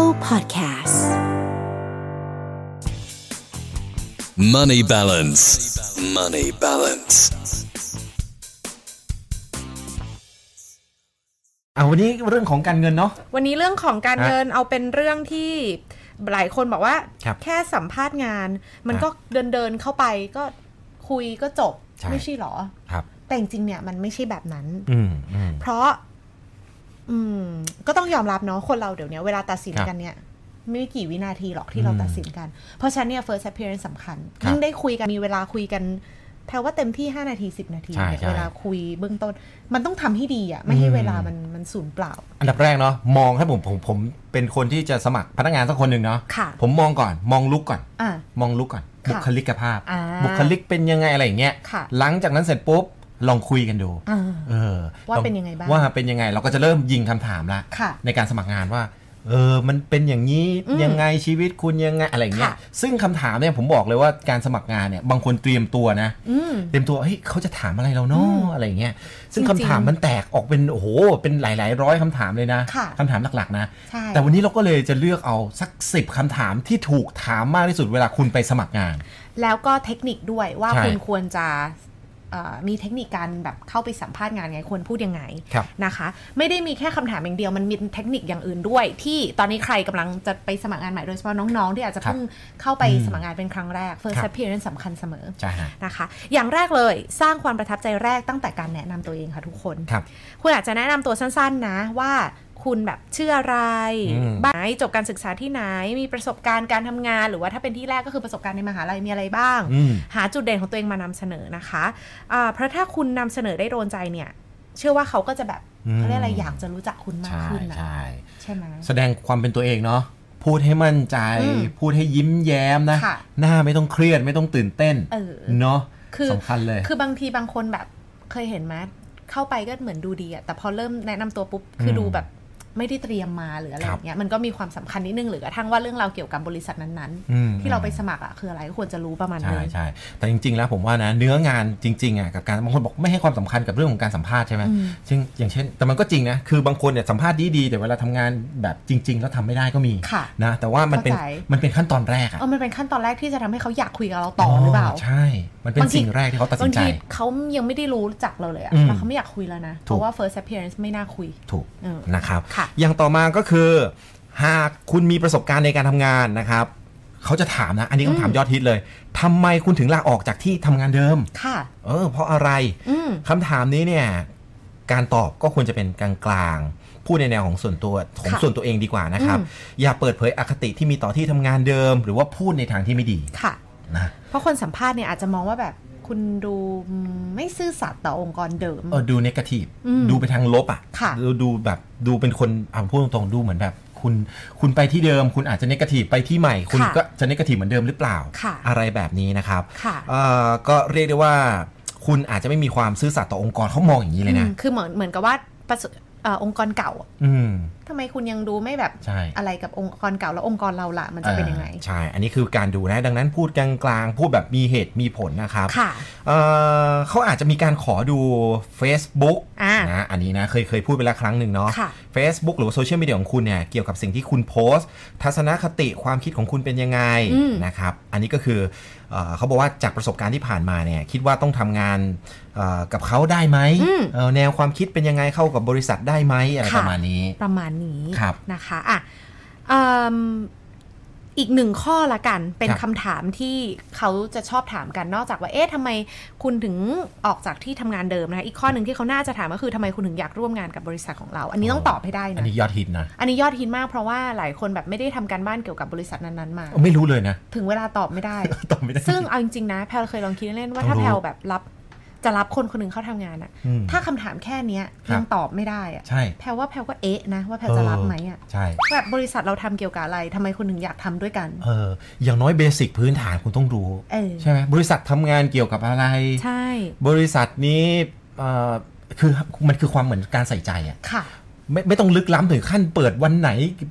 Podcasts. Money balance. Money balance. อ่าวันนี้เรื่องของการเงินเนาะ วันนี้เรื่องของการ ฮะ เงินเอาเป็นเรื่องที่หลายคนบอกว่า ครับ แค่สัมภาษณ์งาน มัน ฮะ ก็เดินเดินๆเข้าไปก็คุยก็จบ ใช่ ไม่ใช่หรอ ครับ แต่จริงๆเนี่ยมันไม่ใช่แบบนั้น อืมอืม เพราะ อืม ก็ต้องยอมรับเนาะคนเราเดี๋ยวนี้เวลาตัดสิน ครับ กันเนี่ย ไม่กี่วินาทีหรอกที่เรา อืม ตัดสินกัน เพราะฉะนันเนี่ย first appearance สำคัญ ครับ ยิ่งได้คุยกันมีเวลาคุยกันแพลว่าเต็มที่ 5 นาที 10 นาที ใช่ เนี่ย ใช่ เวลาคุยเบื้องต้น มันต้องทำให้ดีอะไม่ให้ อืม เวลามันมันสูญเปล่า อันดับแรกเนาะมองให้ผมผมผมเป็นคนที่จะสมัครพนักงานสักคนหนึ่งเนาะ ค่ะ ผมมองก่อนมองลุกก่อน อ่ะ มองลุกก่อน ค่ะ บุคลิกภาพ อ่า บุคลิกเป็นยังไงอะไรอย่างเงี้ย ค่ะ หลังจากนั้นเสร็จปุ๊บลองคุยกันดู อ่า เออ ว่า ลอ เป็นยังไงบ้าง ว่าเป็นยังไงเราก็จะเริ่มยิงคำถามละ ค่ะ ในการสมัครงานว่าเออมันเป็นอย่างนี้ อืม ยังไงชีวิตคุณยังไงอะไรอย่างเงี้ย ค่ะ ซึ่งคำถามเนี่ยผมบอกเลยว่าการสมัครงานเนี่ยบางคนเตรียมตัวนะ อืม เตรียมตัว เฮ้ย เขาจะถามอะไรเราเนาะอะไรอย่างเงี้ย ซึ่ง จริ คำ งๆ ถามมันแตกออกเป็น โอ้โห เป็นหลาย ๆ ร้อยคำถามเลยนะ ค่ะ ถามหลัก ๆ นะ ใช่ แต่วันนี้เราก็เลยจะเลือกเอาสักสิบคำถามที่ถูกถามมากที่สุดเวลาคุณไปสมัครงาน แล้วก็เทคนิคด้วยว่า ใช่ คุณควรจะเอ่อมีเทคนิคการแบบเข้าไปสัมภาษณ์งานไงควรพูดยังไง ครับ นะคะ ไม่ได้มีแค่คำถามอย่างเดียวมันมีเทคนิคอย่างอื่นด้วย ที่ตอนนี้ใครกำลังจะไปสมัครงานใหม่โดยเฉพาะน้องๆ ที่อาจจะเพิ่งเข้าไป อืม สมัครงานเป็นครั้งแรก ค first รับ appearance สำคัญเสมอ ใช่ฮะ นะคะ อย่างแรกเลยสร้างความประทับใจแรกตั้งแต่การแนะนำตัวเองค่ะทุกคน ครับ คุณอาจจะแนะนำตัวสั้นๆ นะว่าคุณแบบชื่ออะไร อืม บ้างไหนจบการศึกษาที่ไหน มีประสบการณ์การทำงาน หรือว่าถ้าเป็นที่แรกก็คือประสบการณ์ในมหาลัยมีอะไรบ้าง อืม หาจุดเด่นของตัวเองมานำเสนอนะคะอ่าเพราะถ้าคุณนำเสนอได้โดนใจเนี่ย เชื่อว่าเขาก็จะแบบเขาเรียกอะไรอยากจะรู้จักคุณมาก ใช่ ขึ้นนะ ใช่ ใช่ไหม แสดงความเป็นตัวเองเนาะ พูดให้มั่นใจ อืม พูดให้ยิ้มแย้มนะ ค่ะ หน้าไม่ต้องเครียด ไม่ต้องตื่นเต้น เออ เนาะ คือ สำคัญเลย คือบางทีบางคนแบบเคยเห็นไหมเข้าไปก็เหมือนดูดีอะแต่พอเริ่มแนะนำตัวปุ๊บคืออ ม ดูแบบไม่ได้เตรียมมาหรืออะไร ครับ อย่างเงี้ยมันก็มีความสำคัญนิดนึงหรือกระทั่งว่าเรื่องราวเกี่ยวกับบริษัทนั้น อืม ที่เราไปสมัครอะคืออะไรก็ควรจะรู้ประมาณ ใช่ นึง ใช่แต่จริง ๆ แล้วผมว่านะเนื้องานจริงๆอ่ะกับการบางคนบอกไม่ให้ความสำคัญกับเรื่องของการสัมภาษณ์ใช่ไหม อืม ซึ่งอย่างเช่น แต่มันก็จริงนะคือบางคนเนี่ยสัมภาษณ์ดีๆแต่เวลาทำงานแบบจริง ๆ แล้วทำไม่ได้ก็มี ค่ะ นะแต่ว่ามันเป็น เข้าใจ มันเป็นขั้นตอนแรกอ่ะ เออมันเป็นขั้นตอนแรกที่จะทำให้เขาอยากคุยกับเราต่ออหรือเปล่า ใช่มันเป็น บางที สิ่งแรกที่เขาตัดสิ บาง นใจ ทีเขายังไม่ได้รู้จักเราเลยอะ อืม แล้วเขาไม่อยากคุยแล้วนะ ถูก เพราะว่า first appearance ไม่น่าคุย ถูก เออ นะครับ ค่ะ อย่างต่อมาก็คือ หากคุณมีประสบการณ์ในการทำงานนะครับเขาจะถามนะ อันนี้คำถามยอดฮิตเลยทำไมคุณถึงลาออกจากที่ทำงานเดิม ค่ะ เออเพราะอะไร อืม คำถามนี้เนี่ยการตอบก็ควรจะเป็นกลางๆพูดในแนวของส่วนตัวของ ค่ะ ส่วนตัวเองดีกว่านะครับ อืม อย่าเปิดเผยอคติที่มีต่อที่ทำงานเดิม หรือว่าพูดในทางที่ไม่ดี ค่ะ นะ เพราะคนสัมภาษณ์เนี่ยอาจจะมองว่าแบบคุณดูไม่ซื่อสัตย์ต่อองค์กรเดิม เออดูเนกาทีฟ อืม ดูไปทางลบอ่ะ ค่ะ ดูดูแบบดูเป็นคนเอาพูดตรงๆดูเหมือนแบบ คุณคุณไปที่เดิม คุณอาจจะเนกาทีฟไปที่ใหม่ คุณ ค่ะ ก็จะเนกาทีฟเหมือนเดิมหรือเปล่า ค่ะ อะไรแบบนี้นะครับ ค่ะ เอ่อก็เรียกได้ว่า คุณอาจจะไม่มีความซื่อสัตย์ต่อองค์กรเขามองอย่างนี้เลยนะ อืมคือเหมือนเหมือนกับว่าประสบเอ่อองค์กรเก่าอะ อืม ทำไมคุณยังดูไม่แบบ ใช่ อะไรกับองค์กรเก่าแล้วองค์กรเราละมันจะเป็นยังไง อ่าใช่ อันนี้คือการดูนะ ดังนั้นพูดกลางๆ พูดแบบมีเหตุมีผลนะครับ ค่ะ เอ่อเขาอาจจะมีการขอดู Facebook อ่า นะ อันนี้นะ เคยเคยพูดไปแล้วครั้งหนึ่งเนาะ ค่ะ Facebook หรือว่าโซเชียลมีเดียของคุณเนี่ย เกี่ยวกับสิ่งที่คุณโพสต์ ทัศนคติความคิดของคุณเป็นยังไง อืม นะครับ อันนี้ก็คือเอ่อเขาบอกว่าจากประสบการณ์ที่ผ่านมาเนี่ย คิดว่าต้องทำงานเอ่อกับเขาได้ไหม อืม เอ่อแนวความคิดเป็นยังไงเข้ากับบริษัทได้ไหมอะไรประมาณนี้ ประมาณนี้ ครับ นะคะอ่ะเอิ่มอีกหนึ่งข้อละกัน เป็น ครับ คำถามที่เขาจะชอบถามกันนอกจากว่า เอ๊ะทำไมคุณถึงออกจากที่ทำงานเดิมนะคะอีกข้อหนึ่งที่เขาน่าจะถามก็คือทำไมคุณถึงอยากร่วมงานกับบริษัทของเรา อันนี้ โอ้ ต้องตอบให้ได้ อัน นะ นี้ยอดฮิตนะ อันนี้ยอดฮิตมากเพราะว่าหลายคนแบบไม่ได้ทำการบ้านเกี่ยวกับบริษัทนั้นๆมา ไม่รู้เลยนะ ถึงเวลาตอบไม่ได้ ตอบไม่ได้ ซึ่งเอาจริงๆนะแพลเคยลองคิดเล่นๆว่าถ้าแพลแบบรับจะรับคนคนหนึ่งเข้าทำงานอะ อืม ถ้าคำถามแค่เนี้ย ครับ ยังตอบไม่ได้อะ ใช่ แพลว่าแพลก็เอ๊ะนะว่าแพลจะรับไหมอะ ใช่ แบบบริษัทเราทำเกี่ยวกับอะไรทำไมคนหนึ่งอยากทำด้วยกัน เออ อย่างน้อยเบสิกพื้นฐานคุณต้องรู้ เออ ใช่ไหมบริษัททำงานเกี่ยวกับอะไร ใช่ บริษัทนี้เอ่อคือมันคือความเหมือนการใส่ใจอะ ค่ะ ไม่ไม่ต้องลึกล้ำถึงขั้นเปิดวันไหน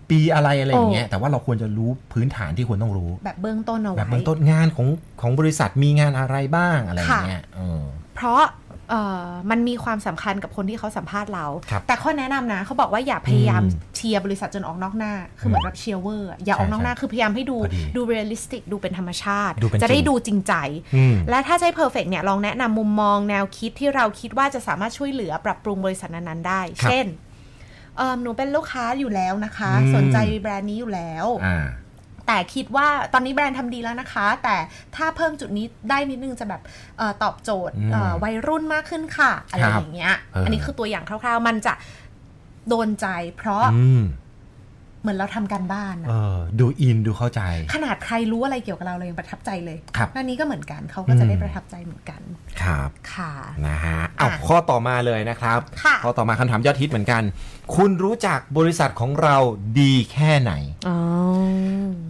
ปีอะไรอะไรอย่างเงี้ย โอ้ แต่ว่าเราควรจะรู้พื้นฐานที่ควรต้องรู้ แบบเบื้องต้นเอา แบ ไว้ บเบื้องต้นงานของของบริษัทมีงานอะไรบ้างอะไรอย่างเงี้ยเออ เพราะ เอ่อมันมีความสำคัญกับคนที่เขาสัมภาษณ์เรา ครับ แต่ข้อแนะนำนะเขาบอกว่าอย่าพยายาม อืม เชียร์บริษัทจนออกนอกหน้า คือเหมือนแบบเชียร์เวอร์อะอย่าออกนอกหน้า ใช่ใช่ คือพยายามให้ดู พอดี ดูเรียลลิสติกดูเป็นธรรมชาติ ดูเป็น จะจได้ริง ดูจริงใจ อืม และถ้าใช้ perfect เนี่ยลองแนะนำมุมมองแนวคิดที่เราคิดว่าจะสามารถช่วยเหลือปรับปรุงบริษัทนั้นๆได้ ครับ เช่นเอิ่มหนูเป็นลูกค้าอยู่แล้วนะคะ อืม สนใจแบรนด์นี้อยู่แล้ว อ่า แต่คิดว่าตอนนี้แบรนด์ทำดีแล้วนะคะ แต่ถ้าเพิ่มจุดนี้ได้นิดนึงจะแบบเออตอบโจทย์ อืม เอ่อวัยรุ่นมากขึ้นค่ะอะไร ครับ อย่างเงี้ย เอออั อันนี้คือตัวอย่างคร่าวๆ มันจะโดนใจเพราะ อืม เหมือนเราทำการบ้าน เอ ออะดูอินดูเข้าใจ ขนาดใครรู้อะไรเกี่ยวกับเราเลยยังประทับใจเลย ครับ นั่นนี้ก็เหมือนกันเขาก็จะ อืม ได้ประทับใจเหมือนกัน ครับ ค่ะ นะฮะเอา ค่ะ ข้อต่อมาเลยนะครับ ค่ะ ข้อต่อมาคำถามยอดฮิตเหมือนกัน คุณรู้จักบริษัทของเราดีแค่ไหน อ๋อ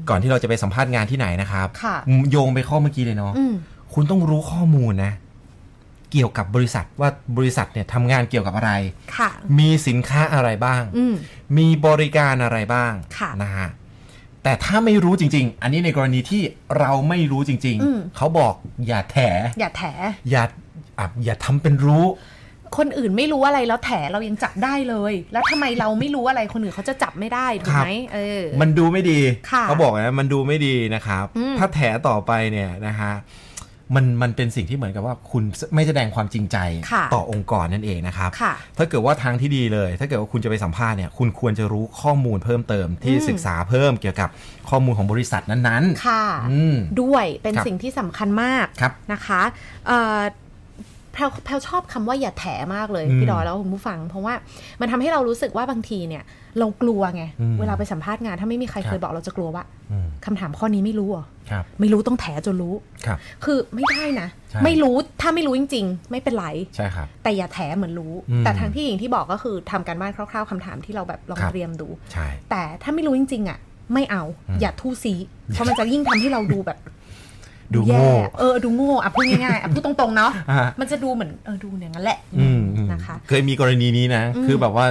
ก่อนที่เราจะไปสัมภาษณ์งานที่ไหนนะครับ ค่ะ โยงไปข้อเมื่อกี้เลยเนาะ อืม คุณต้องรู้ข้อมูลนะ เกี่ยวกับบริษัทว่าบริษัทเนี่ยทำงานเกี่ยวกับอะไร ค่ะ มีสินค้าอะไรบ้าง อืม มีบริการอะไรบ้าง ค่ะ นะฮะแต่ถ้าไม่รู้จริง ๆ อันนี้ในกรณีที่เราไม่รู้จริง ๆ เขาบอกอย่าแถ อย่าแถ อย่าอ่ะอย่าทำเป็นรู้ คนอื่นไม่รู้อะไรแล้วแถเรายังจับได้เลย แล้วทำไมเราไม่รู้อะไรคนอื่นเขาจะจับไม่ได้ถูกไหมเออ มันดูไม่ดี ค่ะ เขาบอกนะมันดูไม่ดีนะครับ อืม ถ้าแถต่อไปเนี่ยนะฮะมันมันเป็นสิ่งที่เหมือนกับว่าคุณไม่แสดงความจริงใจ ค่ะ ต่อองค์กรนั่นเองนะครับ ค่ะ ถ้าเกิดว่าทางที่ดีเลย ถ้าเกิดว่าคุณจะไปสัมภาษณ์เนี่ยคุณควรจะรู้ข้อมูลเพิ่มเติมที่ อืม ศึกษาเพิ่มเกี่ยวกับข้อมูลของบริษัทนั้น ค่ะ ๆ อืม ด้วยเป็น ครับ สิ่งที่สำคัญมาก ครับ นะคะเอ่อแพรวแพรวชอบคำว่าอย่าแถมากเลย อืม พี่ดอยแล้วคุณผู้ฟัง เพราะว่ามันทำให้เรารู้สึกว่าบางทีเนี่ย เรากลัวไง อืม เวลาไปสัมภาษณ์งาน ถ้าไม่มีใคร ครับ เคยบอกเราจะกลัวว่า อืม คำถามข้อนี้ไม่รู้เหรอ ครับ ไม่รู้ต้องแถจนรู้ ครับ คือไม่ได้นะ ใช่ ไม่รู้ถ้าไม่รู้จริง ๆ ไม่เป็นไร ใช่ครับ แต่อย่าแถเหมือนรู้ อืม แต่ทางที่หญิงที่บอกก็คือทำการบ้านคร่าวๆคำถามที่เราแบบลอง ครับ เตรียมดู ใช่ แต่ถ้าไม่รู้จริง ๆ อ่ะ ไม่เอา อืม อย่าทู่ซีเพราะมันจะยิ่งทำให้เราดูแบบ ดูโง่ แย่เออดูโง่อ่ะพูดง่ายๆอ่ะพูดตรงๆเนาะ อ่า มันจะดูเหมือนเออดูอย่างนั้นแหละ อืมอืม นะคะ เคยมีกรณีนี้นะ อืม คือแบบว่า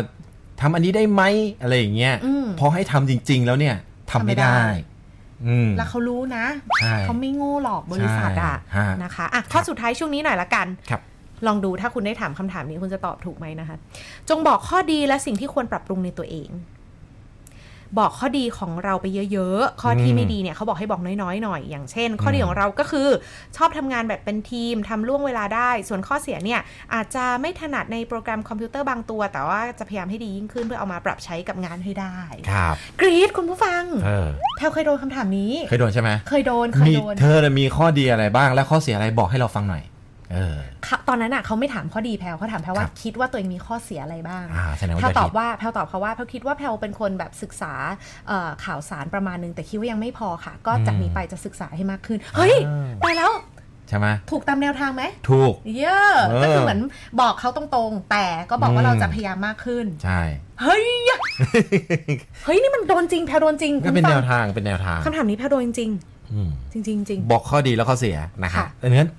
ทำอันนี้ได้ไหมอะไรอย่างเงี้ย อืม พอให้ทำจริง ๆ แล้วเนี่ยทำไม่ได้ ทำไม่ได้ อืม แล้วเขารู้นะ ใช่ เขาไม่โง่หรอกบริษัทอ่ะ ใช่ฮะ นะคะอ่ะข้อสุดท้ายช่วงนี้หน่อยละกัน ครับ ลองดูถ้าคุณได้ถามคำถามนี้คุณจะตอบถูกไหมนะคะ จงบอกข้อดีและสิ่งที่ควรปรับปรุงในตัวเอง บอกข้อดีของเราไปเยอะๆ ข้อที่ อืม ไม่ดีเนี่ยเขาบอกให้บอกน้อยๆหน่อย อย่างเช่น ข้อดี อืม ของเราก็คือ ชอบทำงานแบบเป็นทีมทำล่วงเวลาได้ ส่วนข้อเสียเนี่ย อาจจะไม่ถนัดในโปรแกรมคอมพิวเตอร์บางตัว แต่ว่าจะพยายามให้ดียิ่งขึ้นเพื่อเอามาปรับใช้กับงานให้ได้ ครับ กรี๊ดคุณผู้ฟัง เออ แพลวเคยโดนคำถามนี้ เคยโดนใช่ไหม เคยโดนเคย มี โดน เธอน่ะมีข้อดีอะไรบ้าง และข้อเสียอะไรบอกให้เราฟังหน่อย เออ ค่ะตอนนั้นอ่ะเขาไม่ถามข้อดีแพลวเขาถามแพลวว่า ครับ คิดว่าตัวเองมีข้อเสียอะไรบ้าง อ่าแสดงว่า ถ้า จะผิด ตอบว่าแพลวตอบเขาว่าแพลวคิดว่าแพลวเป็นคนแบบศึกษาเอ่อข่าวสารประมาณนึง แต่คิดว่ายังไม่พอค่ะ ก็จากนี้ไปจะศึกษาให้มากขึ้น เฮ้ย อ่า ไปแล้ว ใช่ไหม ถูกตามแนวทางไหม ถูก เยอะ เออ ก็คือเหมือนบอกเขาตรงๆ แต่ก็บอกว่า อืม เราจะพยายามมากขึ้น ใช่ เฮ้ยเฮ้ยนี่มันโดนจริงแพลวโดนจริง ก็เป็น คุณ แน ฟั ว ง ทางเป็นแนวทาง คำถามนี้แพลวโดนจริง อืม จริงจริงจริง บอกข้อดีและข้อเสียนะครับ ค่ะ ดังนั้น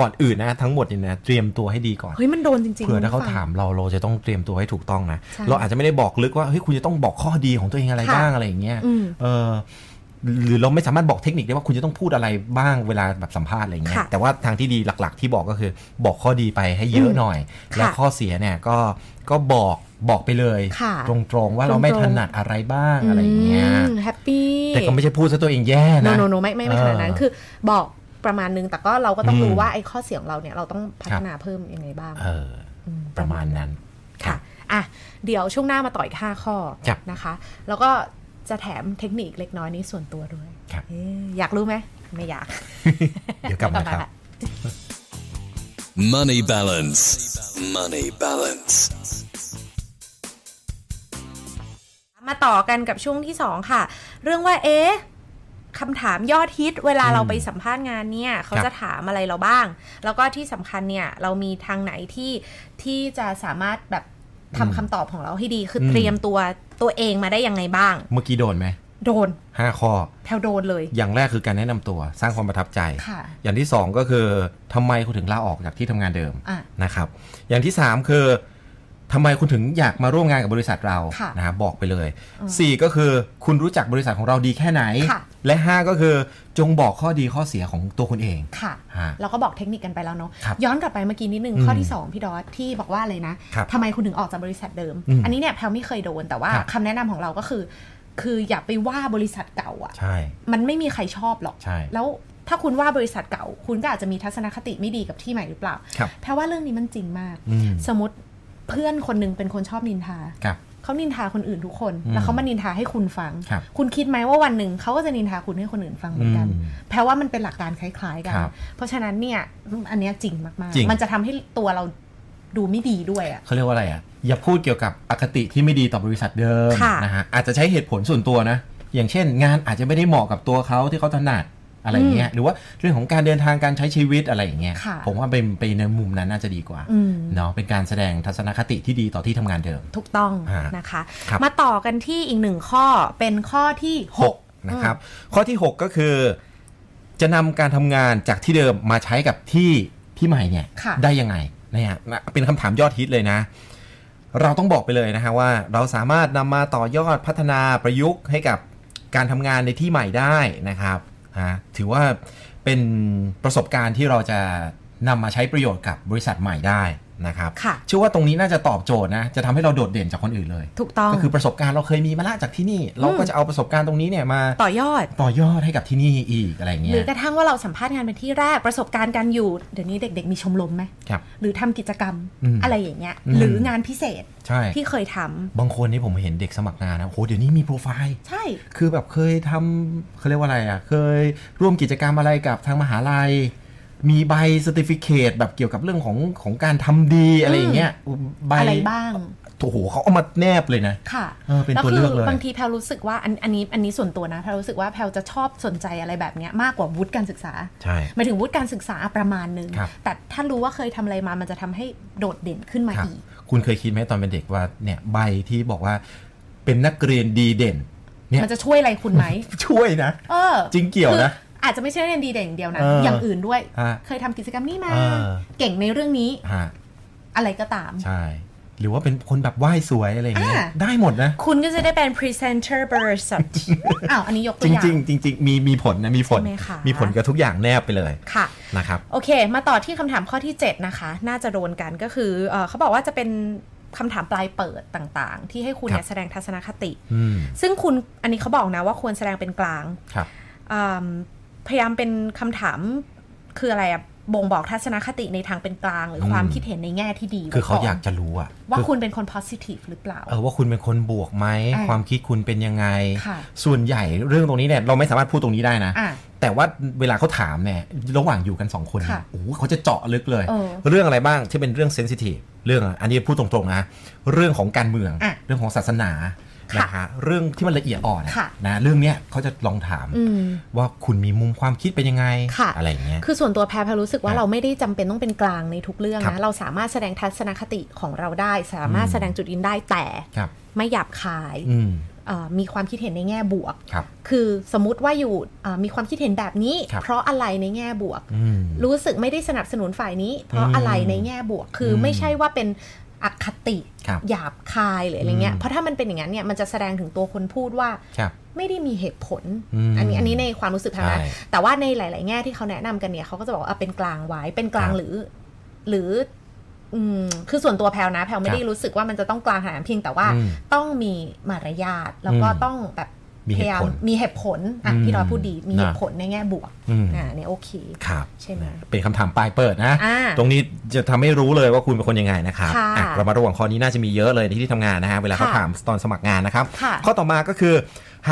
ก่อนอื่นนะทั้งหมดเนี่ยนะเตรียมตัวให้ดีก่อน เฮ้ยมันโดนจริงๆ เผื่อถ้าเขา คุณผู้ฟัง ถามเราเราจะต้องเตรียมตัวให้ถูกต้องนะ ใช่ เราอาจจะไม่ได้บอกลึกว่าเฮ้ยคุณจะต้องบอกข้อดีของตัวเองอะไร ค่ะ บ้างอะไรอย่างเงี้ย อืม เออหรือเราไม่สามารถบอกเทคนิคได้ว่าคุณจะต้องพูดอะไรบ้างเวลาแบบสัมภาษณ์อะไรเงี้ย ค่ะ แต่ว่าทางที่ดีหลักๆ ที่บอกก็คือบอกข้อดีไปให้เยอะหน่อย ค่ะ แล้วข้อเสียเนี่ยก็ก็บอกบอกไปเลย ค่ะ ตรงๆว่าเรา ตรงๆ ไม่ถนัดอะไรบ้างอะไรอย่างเงี้ย มแฮปปี้ แต่ก็ไม่ใช่พูดซะตัวเองแย่ โน นะ โนโนไม่ไม่ไม่ เออ ขนาดนั้นคือบอกประมาณนึง แต่ก็เราก็ต้อง อืม รู้ว่าไอ้ข้อเสียงเราเนี่ย เราต้องพั ครั ฒ บ นาเพิ่มยังไงบ้าง เออ ม ประมาณ นั้น ค่ะ อ่ะ เดี๋ยวช่วงหน้ามาต่ออีกห้าข้อ ครับ นะคะ แล้วก็จะแถมเทคนิคเล็กน้อยนี้ส่วนตัวด้วย ครับ เอ๊ะอยากรู้ไหมไม่อยาก เดี๋ยวกลับมาครับ ค่ะ Money balance. Money balance. มาต่อกันกับช่วงที่ 2 ค่ะ เรื่องว่าเอ๊ะคำถามยอดฮิตเวลา อืม เราไปสัมภาษณ์งานเนี่ย เขา ครับ จะถามอะไรเราบ้าง แล้วก็ที่สำคัญเนี่ย เรามีทางไหนที่ที่จะสามารถแบบ อืม ทำคำตอบของเราให้ดี คืออ ม เตรียมตัวตัวเองมาได้ยังไงบ้าง เมื่อกี้โดนไหม โดน ห้าข้อ แถวโดนเลย อย่างแรกคือการแนะนำตัวสร้างความประทับใจ ค่ะ อย่างที่สองก็คือทำไมคุณถึงลาออกจากที่ทำงานเดิม อ่ะ นะครับ อย่างที่สามคือทำไมคุณถึงอยากมาร่วมงานกับบริษัทเรา ค่ะ นะครับบอกไปเลยสี่ก็คือคุณรู้จักบริษัทของเราดีแค่ไหน ค่ะ และ 5 ก็คือจงบอกข้อดีข้อเสียของตัวคุณเอง ค่ะ ฮะ เราก็บอกเทคนิคกันไปแล้วเนาะ ครับ ย้อนกลับไปเมื่อกี้นิดนึง อืม ข้อที่ 2 พี่ดอทที่บอกว่าเลยนะครับ ทำไมคุณถึงออกจากบริษัทเดิม อืม อันนี้เนี่ยแพลไม่เคยโดนแต่ว่า ครับ คำแนะนำของเราก็คือ คืออย่าไปว่าบริษัทเก่าอะ ใช่ มันไม่มีใครชอบหรอก ใช่ แล้วถ้าคุณว่าบริษัทเก่า คุณก็อาจจะมีทัศนคติไม่ดีกับที่ใหม่หรือเปล่า ครับ แพลว่าเรื่องนี้มันจริงมาก อืม สมมติเพื่อนคนหนึ่งเป็นคนชอบนินทา ครับ เขานินทาคนอื่นทุกคน อืม แล้วเขามานินทาให้คุณฟัง ครับ ณคิดไหมว่าวันหนึ่งเขาก็จะนินทาคุณให้คนอื่นฟังเหมือนกัน อืม แปลว่ามันเป็นหลักการคล้ายๆกัน ครับ เพราะฉะนั้นเนี่ยอันเนี้ยจริงมาก จริง ๆ มันจะทำให้ตัวเราดูไม่ดีด้วยอะ เขาเรียกว่าอะไรอ่ะ อย่าพูดเกี่ยวกับอคติที่ไม่ดีต่อบริษัทเดิม ค่ะ นะฮะอาจจะใช้เหตุผลส่วนตัวนะ อย่างเช่น งานอาจจะไม่ได้เหมาะกับตัวเขาที่เขาถนัดอะไรอย่างเงี้ยหรือว่าเรื่องของการเดินทางการใช้ชีวิตอะไรอย่างเงี้ย ค่ะ ผมว่าเป็นไปในมุมนั้นน่าจะดีกว่า อืม เนาะเป็นการแสดงทัศนคติที่ดีต่อที่ทำงานเดิม ถูกต้อง อ่าน นะคะ ครับ มาต่อกันที่อีกหนึ่งข้อเป็นข้อที่ หกนะครับข้อที่ 6 ก็คือ จะนำการทำงานจากที่เดิมมาใช้กับที่ที่ใหม่เนี่ย ค่ะ ได้ยังไงนะฮะเป็นคำถามยอดฮิตเลยนะ เราต้องบอกไปเลยนะฮะว่า เราสามารถนำมาต่อยอดพัฒนาประยุกต์ให้กับการทำงานในที่ใหม่ได้นะครับฮะถือว่าเป็นประสบการณ์ที่เราจะนำมาใช้ประโยชน์กับบริษัทใหม่ได้นะครับ ค่ะ เชื่อว่าตรงนี้น่าจะตอบโจทย์นะจะทำให้เราโดดเด่นจากคนอื่นเลย ถูกต้อง ก็คือประสบการณ์เราเคยมีมาละจากที่นี่ เราก็จะเอาประสบการณ์ตรงนี้เนี่ยมา ต่อยอด ต่อยอดให้กับที่นี่อีกอะไรอย่าง ห เงี้ รือย กระทั่งว่าเราสัมภาษณ์งานเป็นที่แรกประสบการณ์การอยู่ เดี๋ยวนี้เด็ก ๆ มีชมรมไหม ครับ หรือทำกิจกรรม อืม อะไรอย่างเงี้ย อืม หรืองานพิเศษ ใช่ ที่เคยทำ บางคนนี่ผมเห็นเด็กสมัครงานนะโหเดี๋ยวนี้มีโปรไฟล์ ใช่ คือแบบเคยทำเขาเรียกว่าอะไรอ่ะ เคยร่วมกิจกรรมอะไรกับทางมหาลัย มีใบสติฟิเคตแบบเกี่ยวกับเรื่องของของการทำดีอะไรอย่างเงี้ยใบ อะไรบ้าง โอ้โหเขาเอามาแนบเลยนะ ค่ะ เออเป็นตัวเลือกเลย บางทีแพลรู้สึกว่าอันอันนี้อันนี้ส่วนตัวนะแพลรู้สึกว่าแพลจะชอบสนใจอะไรแบบเนี้ยมากกว่าวุฒิการศึกษา ใช่ หมายถึงวุฒิการศึกษาประมาณหนึง ครับ แต่ถ้ารู้ว่าเคยทำอะไรมามันจะทำให้โดดเด่นขึ้นมา ครับ อีก คุณเคยคิดไหมตอนเป็นเด็กว่าเนี่ยใบที่บอกว่าเป็นนักเรียนดีเด่น เนี่ย มันจะช่วยอะไรคุณไหม ช่วยนะ เออ จริงเกี่ยวนะ คืออาจจะไม่ใช่เรียนดีเด่นอย่างเดียวนะ เอออย่าง อื่นด้วย ฮะ เคยทำกิจกรรมนี้มา เออ เก่งในเรื่องนี้ ฮะ อะไรก็ตาม ใช่ หรือว่าเป็นคนแบบไหว้สวยอะไรอย่างเงี้ย อ่า ได้หมดนะ คุณก็จะได้เป็น presenter บริ ษัท อ้าวอันนี้ยกตั จ ว ริง อย่า จริง ง จริงๆมีมีผลนะมีผล ใช่ไหมคะ มีผลกับทุกอย่างแนบไปเลย ค่ะ นะครับ โอเค มาต่อที่คำถามข้อที่ 7 นะคะ น่าจะโดนกันก็คือเออเขาบอกว่าจะเป็นคำถามปลายเปิดต่างๆ ที่ให้คุณ ครับ เนี่ยแสดงทัศนคติ อืม ซึ่งคุณอันนี้เขาบอกนะว่าควรแสดงเป็นกลาง ครับ อืมพยายามเป็นคำถามคืออะไรอะบ่งบอกทัศนคติในทางเป็นกลาง หรืออ ม ความคิดเห็นในแง่ที่ดี คือเขา ไว้น อยากจะรู้อะ ว่า อ คุณเป็นคน positive หรือเปล่า เออว่าคุณเป็นคนบวกไหม อ่า ความคิดคุณเป็นยังไง ค่ะ ส่วนใหญ่เรื่องตรงนี้เนี่ยเราไม่สามารถพูดตรงนี้ได้นะ อ่ะ แต่ว่าเวลาเขาถามเนี่ยระหว่างอยู่กันสองคนเนี่ย ค่ะ โอ้โหเขาจะเจาะลึกเลย เออ เรื่องอะไรบ้างที่เป็นเรื่องเซนซิทีฟเรื่องอันนี้พูดตรงๆนะเรื่องของการเมือง อ่ะ เรื่องของศาสนา ค่ะ นะฮะเรื่องที่มันละเอียดอ่อน ค่ะ นะเรื่องเนี้ยเขาจะลองถาม อืม ว่าคุณมีมุมความคิดเป็นยังไง ค่ะ อะไรอย่างเงี้ย คือส่วนตัวแพรแพรรู้สึกว่า ครับ เราไม่ได้จำเป็นต้องเป็นกลางในทุกเรื่อง ครับ นะเราสามารถแสดงทัศนคติของเราได้ สามารถ อืม แสดงจุดยืนได้แต่ ครับ ไม่หยาบคาย อืม เอ่อมีความคิดเห็นในแง่บวก ครับ คือสมมติว่าอยู่เอ่อมีความคิดเห็นแบบนี้ ครับ เพราะอะไรในแง่บวก อืม รู้สึกไม่ได้สนับสนุนฝ่ายนี้ เพราะ อืม อะไรในแง่บวก คืออ ม ไม่ใช่ว่าเป็นอคติ ครับ หยาบคายหรืออะไรเงี้ย อืม เพราะถ้ามันเป็นอย่างนั้นเนี่ยมันจะแสดงถึงตัวคนพูดว่า ครับ ไม่ได้มีเหตุผล อืม อันนี้อันนี้ในความรู้สึกทางนั้น ใช่ แต่ว่าในหลาย ๆ แง่ที่เขาแนะนำกันเนี่ยเขาก็จะบอกว่าเอาเป็นกลางไว้เป็นกลาคงรับ หรือ หรืออืมคือส่วนตัวแพลวนะแพลวไม่ ครับ ได้รู้สึกว่ามันจะต้องกลางขนาดนั้นเพียงแต่ว่า อืม ต้องมีมารยาทแล้วก็ อืม ต้องแบบ มีเหตุผล พยายามมีเหตุผลอ่ะ อืม พี่น้อยพูดดีมีเหตุ นะ ผลในแง่บวก อืม อ่าเนี่ยโอเค ครับ ใช่ไหม เป็นคำถามปลายเปิดนะ อ่า ตรงนี้จะทำให้รู้เลยว่าคุณเป็นคนยังไงนะครับ ค่ะ อ่ะเรามาระวังข้อนี้น่าจะมีเยอะเลยในที่ทำงานนะฮะเวลาเขา ค่ะ ถามตอนสมัครงานนะครับ ค่ะ ข้อต่อมาก็คือ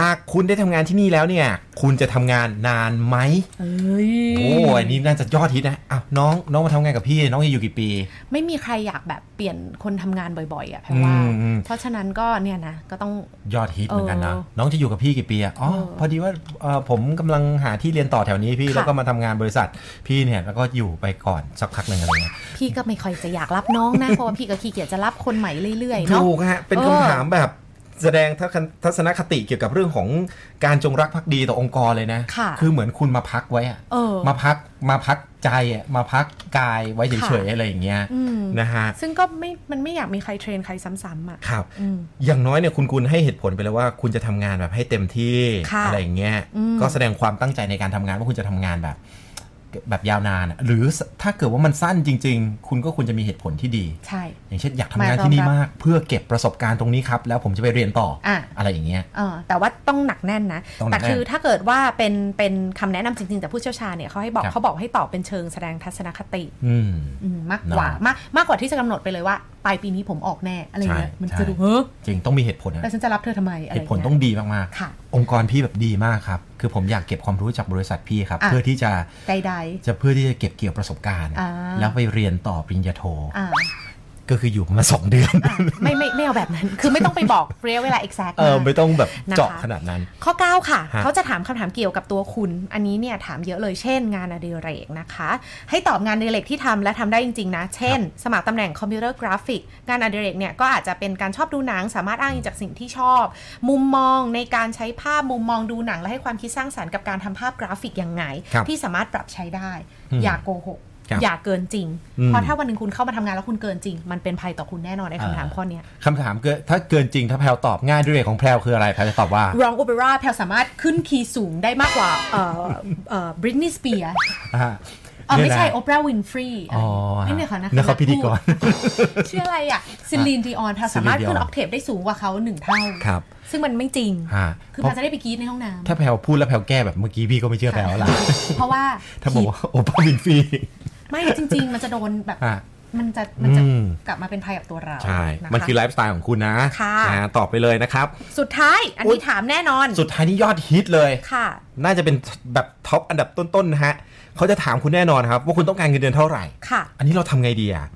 หากคุณได้ทำงานที่นี่แล้วเนี่ย คุณจะทำงานนานไหม เอ้ย โอ้ยนี่น่าจะยอดฮิตนะอ้าวน้องน้องมาทำงานกับพี่น้องจะอยู่กี่ปี ไม่มีใครอยากแบบเปลี่ยนคนทำงานบ่อยๆอ่ะแพลว่า อืมอืม เพราะฉะนั้นก็เนี่ยนะก็ต้อง ยอดฮิตเหมือนกันนะ เออ น้องจะอยู่กับพี่กี่ปีอะอ๋อ เออ พอดีว่าเอ่อผมกำลังหาที่เรียนต่อแถวนี้พี่ ค่ะ แล้วก็มาทำงานบริษัทพี่เนี่ยแล้วก็อยู่ไปก่อนสักพักหนึ่งอะไรเงี้ย พี่ก็ไม่ค่อยจะอยากรับน้องนะ เพราะว่าพี่ก็ขี้เกียจจะรับคนใหม่เรื่อยๆเนาะ ถูกฮะเป็น เออ คำถามแบบ แสดงทัศนทัศนคติเกี่ยวกับเรื่องของการจงรักภักดีต่อองค์กรเลยนะ ค่ะ อเหมือนคุณมาพักไว้อะ เออ มาพักมาพักใจอะมาพักกายไว้เฉยๆอะไรอย่างเงี้ย อืม นะฮะ ซึ่งก็ไม่มันไม่อยากมีใครเทรนใครซ้ำๆอ่ะ ครับ อืม อย่างน้อยเนี่ยคุณกุลให้เหตุผลไปแล้วว่าคุณจะทำงานแบบให้เต็มที่ ค่ะ อะไรอย่างเงี้ย อืม ก็แสดงความตั้งใจในการทำงานว่าคุณจะทำงานแบบ แบบยาวนานอะหรือถ้าเกิดว่ามันสั้นจริง ๆ คุณก็ควรจะมีเหตุผลที่ดี ใช่ อย่างเช่นอยากทำงานที่นี่มาก เพื่อเก็บประสบการณ์ตรงนี้ครับ แล้วผมจะไปเรียนต่ออะ อะไรอย่างเงี้ย เออแต่ว่าต้องหนักแน่นนะ ต้องหนั แต่ กแน่น คือถ้าเกิดว่าเป็นเป็นคำแนะนำจริงๆจากผู้เชี่ยวชาญเนี่ยเขาให้บอก ครับ เขาบอกให้ตอบเป็นเชิงแสดงทัศนคติ อืม อืมมากกว่า เนาะ มากมากกว่าที่จะกำหนดไปเลยว่าปลายปีนี้ผมออกแน่อะไรเงี้ย ใช่ มัน ใช่ จะดูเฮ้อ จริงต้องมีเหตุผลนะ แล้วฉันจะรับเธอทำไมอะไร เห งี้ย ตุผลต้องดีมาก ค่ะ ๆ องค์กรพี่แบบดีมากครับ คือผมอยากเก็บความรู้จากบริษัทพี่ครับ อ่ะ เพื่อที่จะ ใด จะเพื่อที่จะเก็บเกี่ยวประสบการณ์ อ่า แล้วไปเรียนต่อปริญญาโท ๆอ่า ก็คืออยู่มาสองเดือน อ่ะไม่ไม่ไม่เอาแบบนั้น คือไม่ต้องไปบอกเรียกเวลา exact เออ มาก ไม่ต้องแบบเจาะ นะคะ ขนาดนั้น ข้อ 9 ค่ะ ฮะ เขาจะถามคำถามเกี่ยวกับตัวคุณ อันนี้เนี่ยถามเยอะเลยเช่นงานอดิเรกนะคะ ให้ตอบงานอดิเรกที่ทำและทำได้จริง ๆ นะ เช่น สมัครตำแหน่งคอมพิวเตอร์กราฟิก งานอดิเรกเนี่ยก็อาจจะเป็นการชอบดูหนัง สามารถอ้างอิงจากสิ่งที่ชอบ มุมมองในการใช้ภาพมุมมองดูหนัง และให้ความคิดสร้างสรรค์กับการทำภาพกราฟิกยังไง ครับ ที่สามารถปรับใช้ได้ อืม อย่าโกหก ครับ อย่าเกินจริง อืม เพราะถ้าวันหนึ่งคุณเข้ามาทำงานแล้วคุณเกินจริง มันเป็นภัยต่อคุณแน่นอนในคำถาม อ่า ข้อเนี้ย คำถามเกินถ้าเกินจริงถ้าแพลวตอบง่ายด้วยเรื่องของแพลวคืออะไรแพลวจะตอบว่า ร้องโอเปร่าแพลวสามารถขึ้นคีย์สูงได้มากกว่าเอ่อเอ่อบริทนีย์สเปียร์ อ่า อ๋อไม่ใช่ เนี่ย โอ นะ เปร่าวินฟรี อ๋อ นี่เนี่ยวขอนะ เยเขาพิธีกร ชื่ออะไรอ่ะ ซิลีนดีออนแพลวสามารถขึ้นออกเทปได้สูงกว่าเขาหนึ่งเท่า ครับ ซึ่งมันไม่จริง ฮะ คือ เพราะ แพลวจะได้ไปกรีดในห้องน้ำ ถ้าแพลวพูดแล้วแพลวแก้แบบเมื่อกี้พี่ก็ไม่เชื่อแพลวละ เพราะว่า ถ้าบอกว่าโอปาวินฟรี ไม่จริง ๆ มันจะโดนแบบ อ่ะ มันจะมันจะ อืม กลับมาเป็นภัยกับตัวเรา ใช่ ะะ มันคือไลฟ์สไตล์ของคุณนะ ค่ะ นะตอบไปเลยนะครับ สุดท้ายอัน อุ๊ นี้ ย ถามแน่นอน สุดท้ายนี่ยอดฮิตเลย ค่ะ น่าจะเป็นแบบท็อปอันดับต้นๆนะฮะเขาจะถามคุณแน่นอนครับ ว่าคุณต้องการเงินเดือนเท่าไหร่ ค่ะ อันนี้เราทำไงดีอ่ะ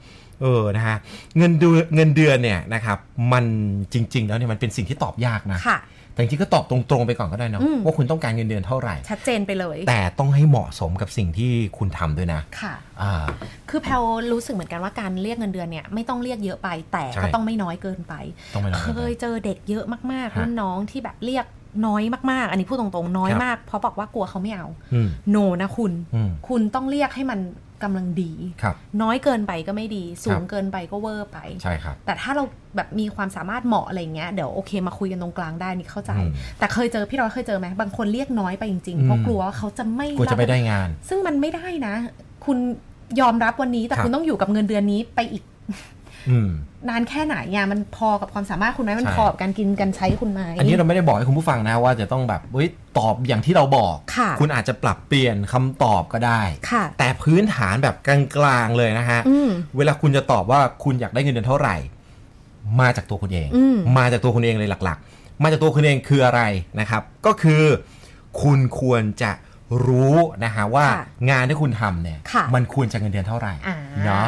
เออ นะฮะ เงินเดือนเงินเดือนเนี่ยนะครับ มันจริง ๆ แล้วเนี่ยมันเป็นสิ่งที่ตอบยากนะ ค่ะ แต่จริงๆก็ตอบตรงๆไปก่อนก็ได้เนอะ อืม ว่าคุณต้องการเงินเดือนเท่าไหร่ ชัดเจนไปเลย แต่ต้องให้เหมาะสมกับสิ่งที่คุณทำด้วยนะ ค่ะ อ่า คือแพลรู้สึกเหมือนกันว่าการเรียกเงินเดือนเนี่ยไม่ต้องเรียกเยอะไปแต่ ใช่ ก็ต้องไม่น้อยเกินไป ต้องไม่น้อย เค กินไป ยเจอเด็กเยอะมากๆ ฮะ รุ่นน้องที่แบบเรียกน้อยมากๆ อันนี้พูดตรงๆน้อย ครับ มากเพราะบอกว่ากลัวเขาไม่เอา อืม โนนะคุณ อืม คุณต้องเรียกให้มันกำลังดี ครับ น้อยเกินไปก็ไม่ดี สู ค ง รับ เกินไปก็เวอร์ไป ใช่ครับ แต่ถ้าเราแบบมีความสามารถเหมาะอะไรอย่างเงี้ยเดี๋ยวโอเคมาคุยกันตรงกลางได้นี่เข้าใจ อืม แต่เคยเจอพี่ร้อยเคยเจอไหมบางคนเรียกน้อยไปจริง อืมๆเพราะกลัวว่าเขาจะไม่ กลัวจะไม่ รับ ได้งาน ซึ่งมันไม่ได้นะ คุณยอมรับวันนี้แต่ ครับ คุณต้องอยู่กับเงินเดือนนี้ไปอีก อืม นานแค่ไหนอะมันพอกับความสามารถคุณไหมมัน ใช่ พอกับการกินการใช้คุณไหม อันนี้เราไม่ได้บอกให้คุณผู้ฟังนะว่าจะต้องแบบเฮ้ยตอบอย่างที่เราบอก ค่ะ ณอาจจะปรับเปลี่ยนคำตอบก็ได้ ค่ะ แต่พื้นฐานแบบกลางๆเลยนะฮะ อืม เวลาคุณจะตอบว่าคุณอยากได้เงินเดือนเท่าไหร่ มาจากตัวคุณเอง อืม มาจากตัวคุณเองเลยหลักๆ มาจากตัวคุณเองคืออะไรนะครับ ก็คือคุณควรจะรู้นะฮะว่า ค่ะ งานที่คุณทำเนี่ย ค่ะ มันควรจะเงินเดือนเท่าไหร่ อ่า เนาะ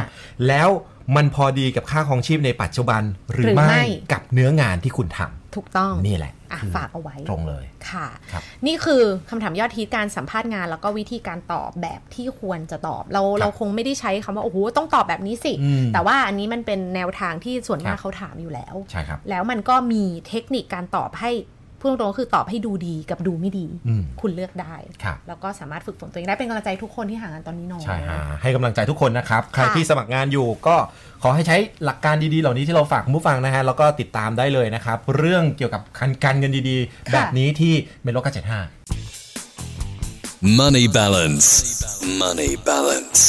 แล้วมันพอดีกับค่าของชีพในปัจจุบันหรือ หรือไม่ ไม่กับเนื้องานที่คุณท ถูกต้อง ำนี่แหละ อ่ะ คือ ฝากเอาไว้ ตรงเลย ค่ะ ครับ นี่คือคำถามยอดฮิตการสัมภาษณ์งาน แล้วก็วิธีการตอบแบบที่ควรจะตอบ เราเราคงไม่ได้ใช้คำว่าโอ้โหต้องตอบแบบนี้สิ อืม แต่ว่าอันนี้มันเป็นแนวทางที่ส่วนมา ครั ก บ เขาถามอยู่แล้ว ใช่ครับ แล้วมันก็มีเทคนิคการตอบให้พูดตรงๆก็คือตอบให้ดูดีกับดูไม่ดี อืม คุณเลือกได้ ครับ แล้วก็สามารถฝึกฝนตัวเองได้เป็นกำลังใจทุกคนที่หางานตอนนี้เนอน ใช่ฮะให้กำลังใจทุกคนนะครับ ใคร ค่ะ ที่สมัครงานอยู่ก็ขอให้ใช้หลักการดีๆ เหล่านี้ที่เราฝากคุณผู้ฟังนะฮะแล้วก็ติดตามได้เลยนะครับ เรื่องเกี่ยวกับการเงินดีๆ ค่ะ แบบนี้ที่เมโล975 Money balance. Money balance.